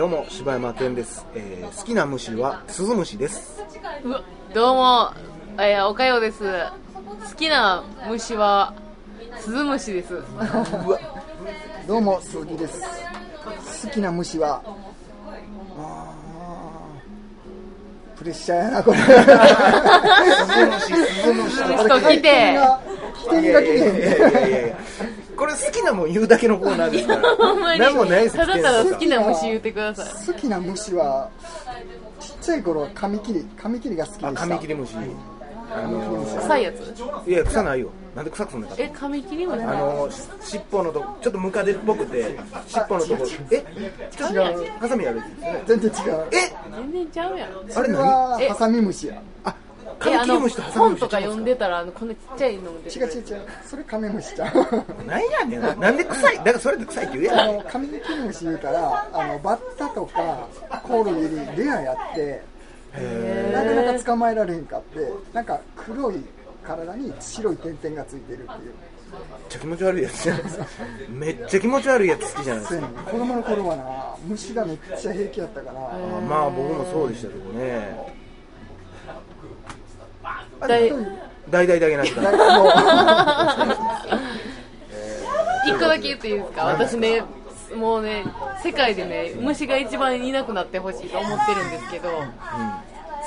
どうも柴山天です、えー好きな虫はスズムシですうどうも、えーおかようです。好きな虫は、スズムシです。どうも鈴木です好きな虫はあープレッシャーやなこれスズムシスズムシゲスト来て、起点が来てへんいやいやいやいやこれ好きなもん言うだけのコーナーですからほんまに、何もないですただただ好きなな虫言ってください。好きな虫はちっちゃい頃はカミキリカミキリが好きでしたあカミキリムシあのー臭いやついや臭ないよなんで臭くなかったえ、カミキリムシあのし尻尾のとこちょっとムカデっぽくて尻尾のとこえちょっとハサミやるやつですね全然違うえ全然ちゃうやん。あれそれ何はえハサミムシやカえ、ミあキリの、ムシとハサミ本ムシとかちゃう読んんですでたら、あの、こんなちっちゃいのも出て違くうる違う違うそれカメムシちゃうなんやねんなんで臭いだからそれで臭いって言えあやのカミキリムシ言うたらあのバッタとかコオロギにレアやってなかなか捕まえられへんかってなんか黒い体に白い点々がついてるっていめうっちゃ気持ち悪いやつじゃないですかめっちゃ気持ち悪いやつ好きじゃないですか子供の頃はな虫がめっちゃ平気やったから、あまあ僕もそうでしたけどねだい大々だけな しだなんかもう一個だけ言っていいですか私ね、もうね、世界でね、虫が一番いなくなってほしいと思ってるんですけど、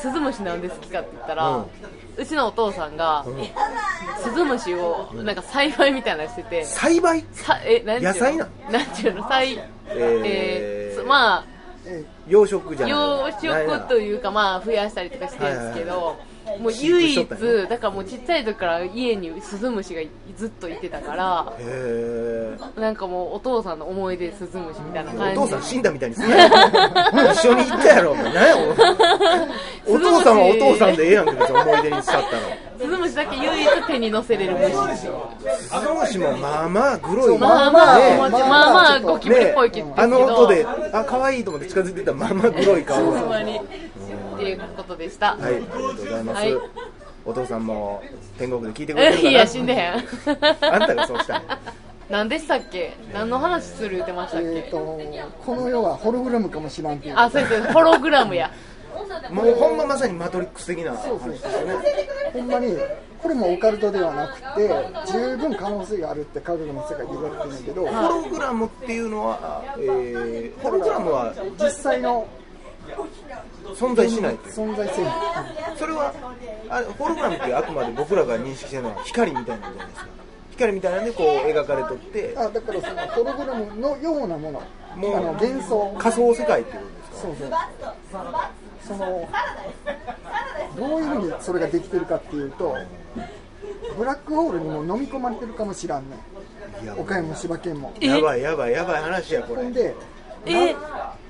スズムシなんで好きかって言ったら、うんうちのお父さんが、スズムシをなんか栽培みたいなのしてて、栽培さえ、なんていうの野菜ななんていうの栽、えーーすまえ養殖じあ、ゃない養殖とういうか、まあ、増やしたりとかしてるんですけはど、もう唯飼育し一とったん、だからもうちっちゃい時から家にスズムシがずっといてたから、へえなんかもうお父さんの思い出スズムシみたいな感お父じ さん死んだみたいにすなよ一緒に行ったやろお前何や おお父さんはお父さんでええやんけ別に思い出にしちゃったのスズムシだけ唯一手に乗せれる虫スズムシもまあまあグロいまあまあ、お餅まあまあゴキブリっねぽいけど、あの音であ可愛いと思って近づいてたらまあまあグロい顔ほんはまいにっていうことでした、あ りがとうございます、はいお父さんも天国で聞いてくれてるかえないや死んでへんあんたがそうしたんや何でしたっけ何の話する言ってましたっえー、けとこの世はホログラムかもしらんっていうあそうですホログラムやもうほんままさにマトリックス的な話ですよねほんまにこれもオカルトではなくて十分可能性があるって科学の世界で言われてるんだけど、ホログラムっていうのは、えー、ホログラムは実際の存在しないという存在性それはあホログラムってあくまで僕らが認識してるのは光みたいなんじゃないですか光みたいなんでこう描かれとってあだからそのホログラムのようなものもうあの幻想仮想世界っていうことですかそうそうそのどういう意味でそれができてるかっていうとブラックホールにも飲み込まれてるかもしらんねいや岡山も柴犬もやばいやばいやばい話やこほれ、はんい、でえな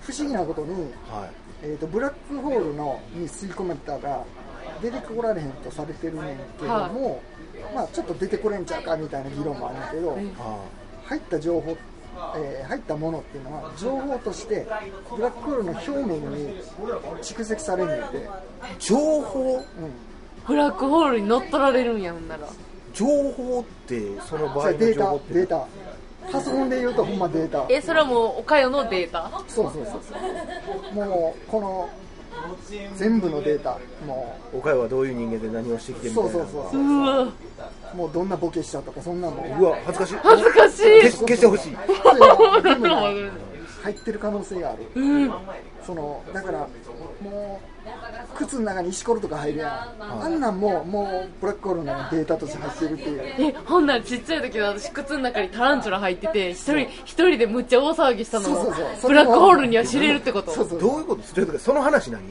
不思議なことに、えー、とブラックホールのに吸い込まれたら出てこられへんとされてるねんけども、まあ、ちょっと出てこれんちゃうかみたいな議論もあるんだけど、あ入った情報、えー入ったものっていうのは情報としてブラックホールの表面に蓄積されるんで、あ情報ブラックホールに乗っ取られるんやほんなら情報ってその場そ合れデのー情報っタてデータパソコンで言うとほんまデータえそれはもうおかよのデータそうそうそうそうもうこの全部のデータもおかよはどういう人間で何をしてきてうみたいそうなそうそううわもうどんなボケしたとかそんなのうわ恥ずかしい恥ずかし消いし消して ほしい全部が入ってる可能性がある、そのだからもう靴の中に石ころとか入るやん、あんなんももうブラックホールのデータとして入ってるっていうえほんならちっちゃい時の私靴の中にタランチュラ入ってて一人一人でむっちゃ大騒ぎしたのそうをそうそうブラックホールには知れるってことそうそうどういうことちょっと待ってその話 何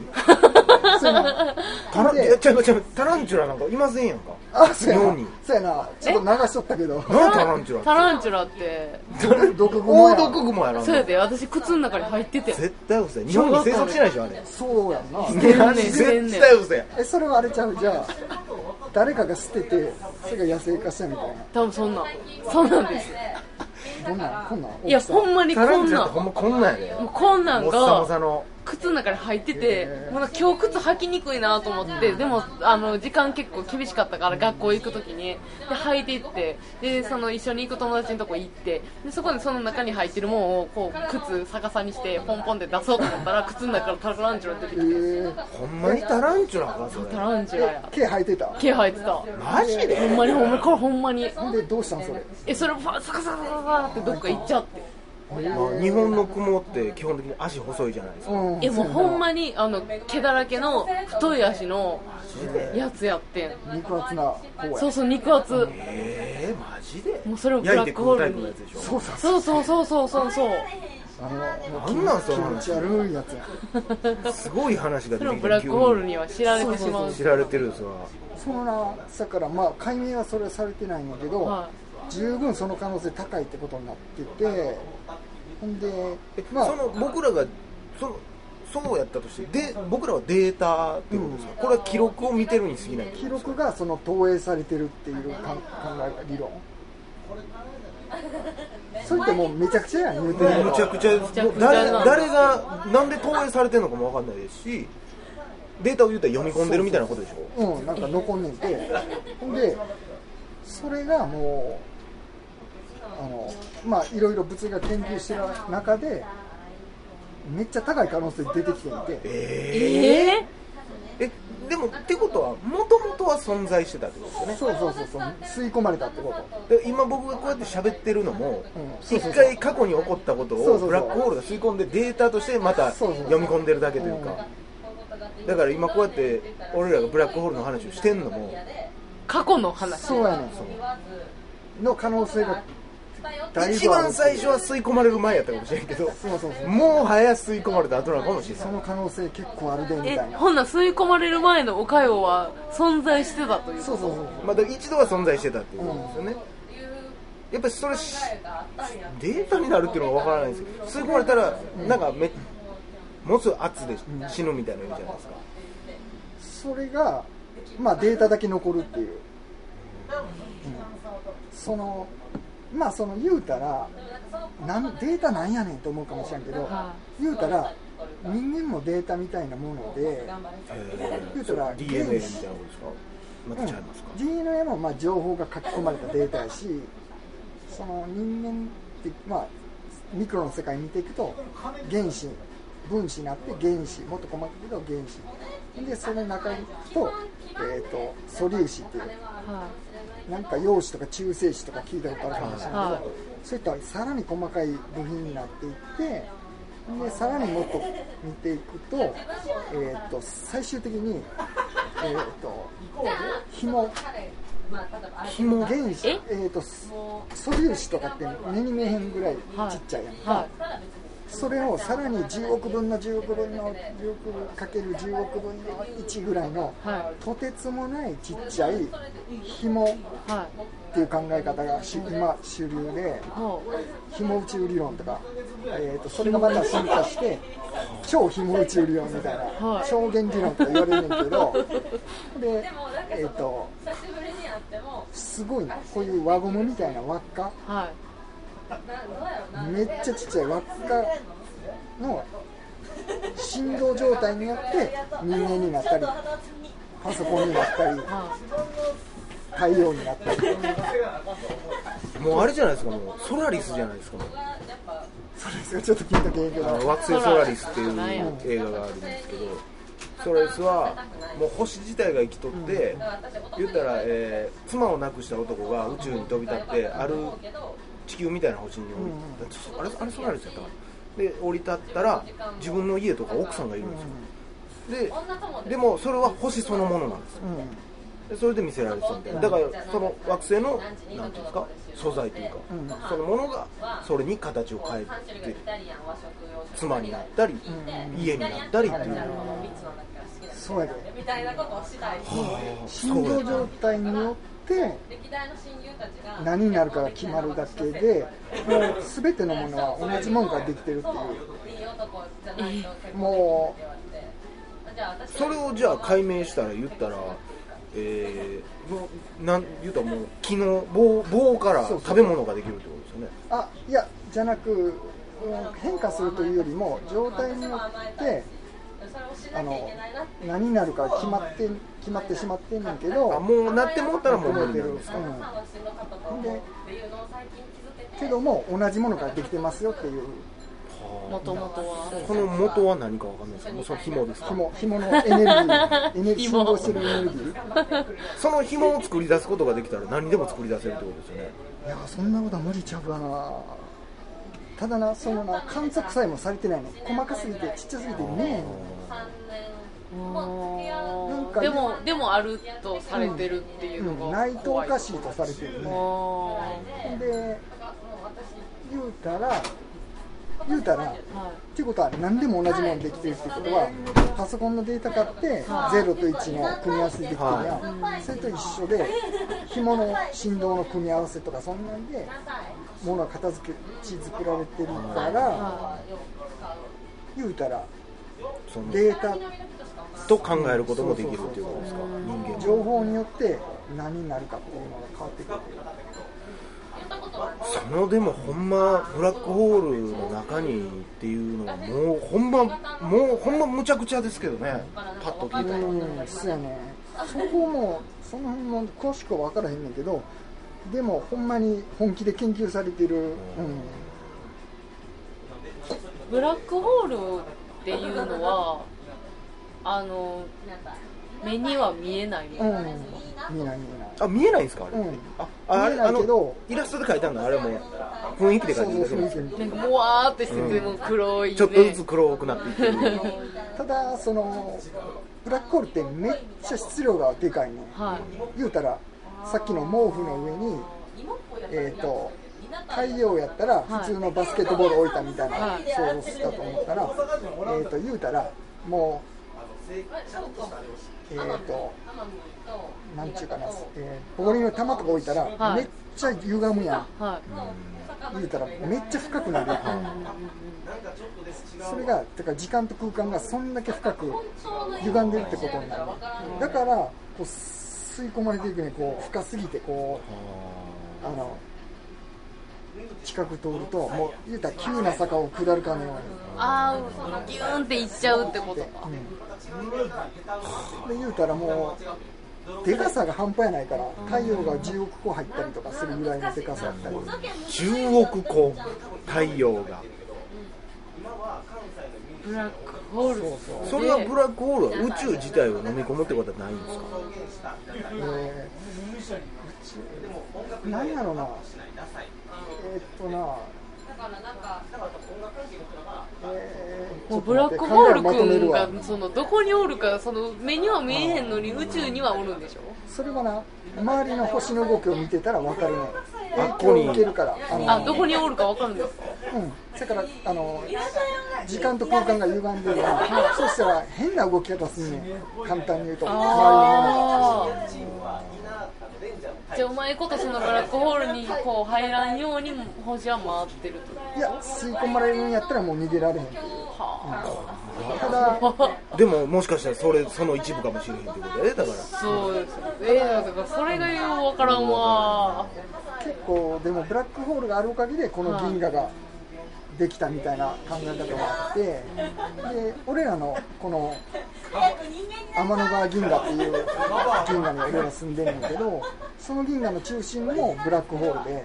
そうやなタランでいやちゃうちゃうタランチュラなんかいませんやんかあそうや日な本にそうやなちょっと流しとったけど何タランチュラタランチュラって毒蜘蛛大や毒蜘蛛やらんのそうやで私靴の中に入ってて絶対嘘や日本に生息しないでしょあれそうやん な然ね絶対嘘やえそれはあれちゃうじゃあ誰かが捨ててそれが野生化したみたい多分そんなんそんなんですなどんなんこんなんいや大きさほんまにタラこンんチュなラってほんまこんなんやでんこんなんもっさもがさの靴の中に入ってて、もうなんか今日靴履きにくいなと思って、でもあの時間結構厳しかったから、学校行くときに、で履いていってで、その一緒に行く友達のとこ行って、でそこでその中に入ってるもんをこう靴逆さにして、ポンポンで出そうと思ったら、靴の中からタランチュラ出てきて、えー、ほんまにタランチュラかそれタランチュラや、毛生えてた毛生えてた、マジでほんまにほんまに、これほんまに、でどうしたんそれえそれ、ファサカサカサカサってどっか行っちゃって。まあ日本の雲って基本的に足細いじゃないですか、うんえもうほんまにあの毛だらけの太い足のやつやってん肉厚な方やそうそう肉厚えー、マジでもうそれをブ焼ラいてック食ホうータルイプのにやつでしょそうそうそうそうそうそうそうそうあのもうなんなんそ気の持話ち悪いやつやすごい話が出そてれをきたブラッ急クにホールには知られてしまう知られてるんですわそのなだからまあ解明はそれはされてないんやけど、は十分その可能性高いってことになっててほんでえまあその僕らがそのそうやったとしてで僕らはデータっていうことですか、これは記録を見てるに過ぎない記録がその投影されてるっていうかん考え理論それってもうめちゃくちゃやん言うてるむちゃくちゃちゃくちゃ誰な誰がなんで投影されてるのかもわかんないですしデータを言うたら読み込んでるみたいなことでしょうんなんか残んねんてほんでそれがもうあのまあいろいろ物理が研究してる中でめっちゃ高い可能性出てきていてえええー、えでもってことはもともとは存在してたってことですよねそうそうそうそう吸い込まれたってことで今僕がこうやって喋ってるのもうん一回過去に起こったことそうそうをそうブラックホールが吸い込んでデータとしてまたそうそう読み込んでるだけというかだから今こうやって俺らがブラックホールの話をしてんのも過去の話そうやねんそのの可能性がだいぶある一番最初は吸い込まれる前やったかもしれんけどそうそうそうもう早吸い込まれた後なのかもしれないその可能性結構あるでみたえいなほんなら吸い込まれる前のおかよは存在してたというそうそうそうまあ、だから一度は存在してたっていうことですよね、やっぱりそれしデータになるっていうのは分からないですけど吸い込まれたらなんかめ持つ圧で死ぬみたいな意味じゃないですかそれが、まあ、データだけ残るっていう、うんそのまあその言うたらなんデータなんやねんと思うかもしれんけどは言うたら人間もデータみたいなもので言うたら DNA みたいなこ原子とですかまた違いますか、うん DNA もまあ情報が書き込まれたデータやしその人間って、まあ、ミクロの世界見ていくと原子分子になって原子もっと細かく言うと原子でその中にと,、えー、と素粒子っていうはなんか陽子とか中性子とか聞いたことあるかもしれないはけどそういったさらに細かい部品になっていってでさらにもっと見ていくと,、えー、と最終的に、えー、と紐紐原子ええー、と素粒子とかって目に見えへんぐらいはいちっちゃいやんいか、はいそれをさらに10億分の10億分の10億分かける10億分の1ぐらいの、はとてつもないちっちゃい紐っはていう考え方が主今主流でいも紐宇宙理論とか、えー、とそれがまた進化して超紐宇宙理論みたいなはい超弦理論とか言われるんだけどでえっ、とすごいなこういう輪ゴムみたいな輪っかうはめっちゃちっちゃい輪っかの振動状態によって人間になったりパソコンになったりいは太陽になったりもうあれじゃないですかもうソラリスじゃないですかもうそれがちょっと聞いたけんけあのど惑星ソラリスっていう映画があるんですけどソラリスはもう星自体が生きとって、言ったら、えー妻を亡くした男が宇宙に飛び立ってある地球みたいな星に降り立って、あれあれソラリスやったかなで降り立ったら自分の家とか奥さんがいるんですよででもそれは星そのものなんですようでそれで見せられてたみたいなだからその惑星のなんていうんですか素材というか、んうんそのものがそれに形を変えて妻になったり、家になったりっていう、そうやでみたいなことをしたい。振動状態によって歴代の親友たちが何になるかが決まるだけでもう全てのものは同じものからできてるっていいい男じゃないと結う構もじゃあ私それをじゃあ解明したら言ったらえー、もうなん言うたらもう木の棒棒からそうそう食べ物ができるってことですよねうあいやじゃなくうん変化するというよりも状態によってそれをしあなきゃいのけないなって何になるか決まって決まってしまってんねんけあどもうなってもうたらもう無理なんですか、うんまあしんどかったと思うっていうのを最近気づけてけども同じものができてますよっていうもともとはこの元は何かわかんないですけどその紐ですか紐紐のエネルギーエネルギー紐信号してるエネルギーその紐を作り出すことができたら何でも作り出せるってことですよねいやそんなことは無理ちゃうかなただなそのな観測さえもされてないの細かすぎてちっちゃすぎてね3年もう付き合うなうんかんねでもでもあるとされてるっていううのんが内藤お怖いかしいとされてるねあで言うたら言うたらっーはいていうことは何でも同じものできてるってことはパソコンのデータ買って0と1の組み合わせできてるやん、それと一緒で紐の振動の組み合わせとかそんなんで物は片付けち作られてるから言うたらそのデータと考えることもできるっていうことですか人間情報によって何になるかっていうのが変わってくるそのでもほんまブラックホールの中にっていうのはもうほんまもうほんまむちゃくちゃですけどねパッと聞いたらうんそうやねそこもその辺も詳しくは分からへんねんけどでもほんまに本気で研究されてる、うブラックホールっていうのはあの目には見えないもんの、うん見ない見ないあ見えないんですかあれ、うんあああれ見えないあけどのイラストで描いたんだあれも雰囲気でそう描いてそうるだけで雰囲気す見てなんかもわーってしてて、もう黒い、ね、ちょっとずつ黒くなっていってるただそのブラックホールってめっちゃ質量がでかいねんはい言うたらさっきの毛布の上にえっ、と太陽やったら普通のバスケットボール置いたみたいなはい想像したと思ったら、えっと言うたらもうえっ、となんちゅうかな、えー、氷の玉とか置いたら、はいめっちゃ歪むやんは言うたらめっちゃ深くなるやん、それがだから時間と空間がそんだけ深く歪んでるってことになるだからこう吸い込まれていくねこう深すぎてこうあの近く通るともう言うたら急な坂を下るかのよいあーギューンっていっちゃうってことかうに、うん、で言うたらもうでかさが半端やないから太陽が10億個入ったりとかするぐらいのでかさやったり10億個太陽がブラックホールってそれはブラックホールは宇宙自体を飲み込むってことはないんですかえー、なんやろな、えーっとな、えーもうブラックホールちょっと待って考君がえをまとめるわそのどこにおるかその目には見えへんのに宇宙にはおるんでしょそれはな、周りの星の動きを見てたら分かるね、影ここ響にを受けるから、あのあどこにおるかわかるんですかうん、だからあの時間と空間が歪んでるから、そうしたら変な動き方すんねん、簡単に言うと、周りのものあーじゃあうまいことそのブラックホールにこう入らんように星は回ってるといや、吸い込まれるんやったらもう逃げられへんっていう。うんただでももしかしたらそれその一部かもしれへんってことでだからそうですよえー、だからそれがようわからんわ結構でもブラックホールがあるおかげでこの銀河ができたみたいな考え方があってで俺らのこの天の川銀河っていう銀河に俺ら住んでるんだけどその銀河の中心もブラックホールで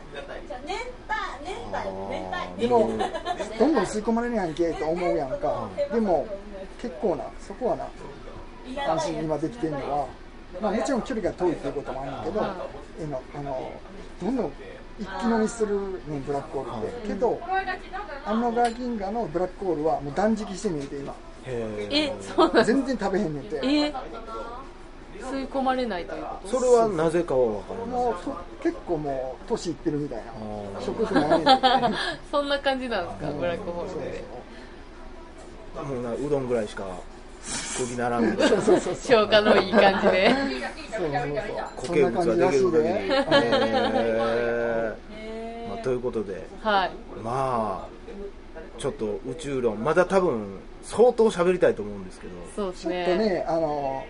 でもどんどん吸い込まれるやんけと思うやんかでも結構なそこはな安心に今できてるのは、まあ、もちろん距離が遠いっていうこともあるんだけど、えのあのどんどん一気飲みするねブラックホールって、けど天の川銀河のブラックホールはもう断食してみて今へーええそうなん全然食べへんねんてえ吸い込まれないというこそれはなぜかは分からないもうと結構もう年いってるみたいなー食欲ないねんてと そんな感じなんですかブラックホールでもうなうどんぐらいしか食いならんみたいそうなそうそうそう消化のいい感じ でそうそう固そん形物がな感じでらきしるい限りで、へーまあ、ということではいまあちょっと宇宙論まだ多分相当喋りたいと思うんですけどそうですちょっとね、あの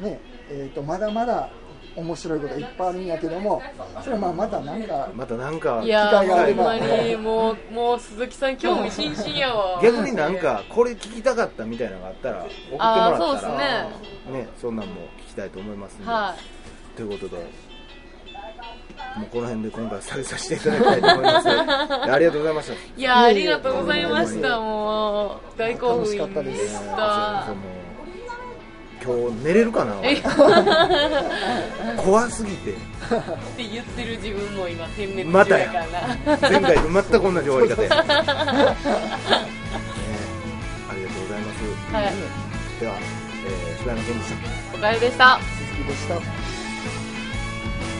ねえー、とまだまだ同面白いこといっぱいあるんやけどもそれはまあまたなんかまたなんかいや機会があーれほんばまにもうもう鈴木さん興味津々やわ逆になんかこれ聞きたかったみたいなのがあったら送ってもらあーっそたうらでねそんなんも聞きたいと思いますね、はということでもうこの辺で今回は下げさせていただきたいと思いますありがとうございましたいいやーありがとうございましたもう大興奮でした楽しかその今日寝れるかなえ俺っ怖すぎてて言ってる自分も今点滅ま中たややから前回と全く同じ終わり方や、ね、ありがとうございます、はいでは、えー、柴山健でしたおかえりでした鈴木でした「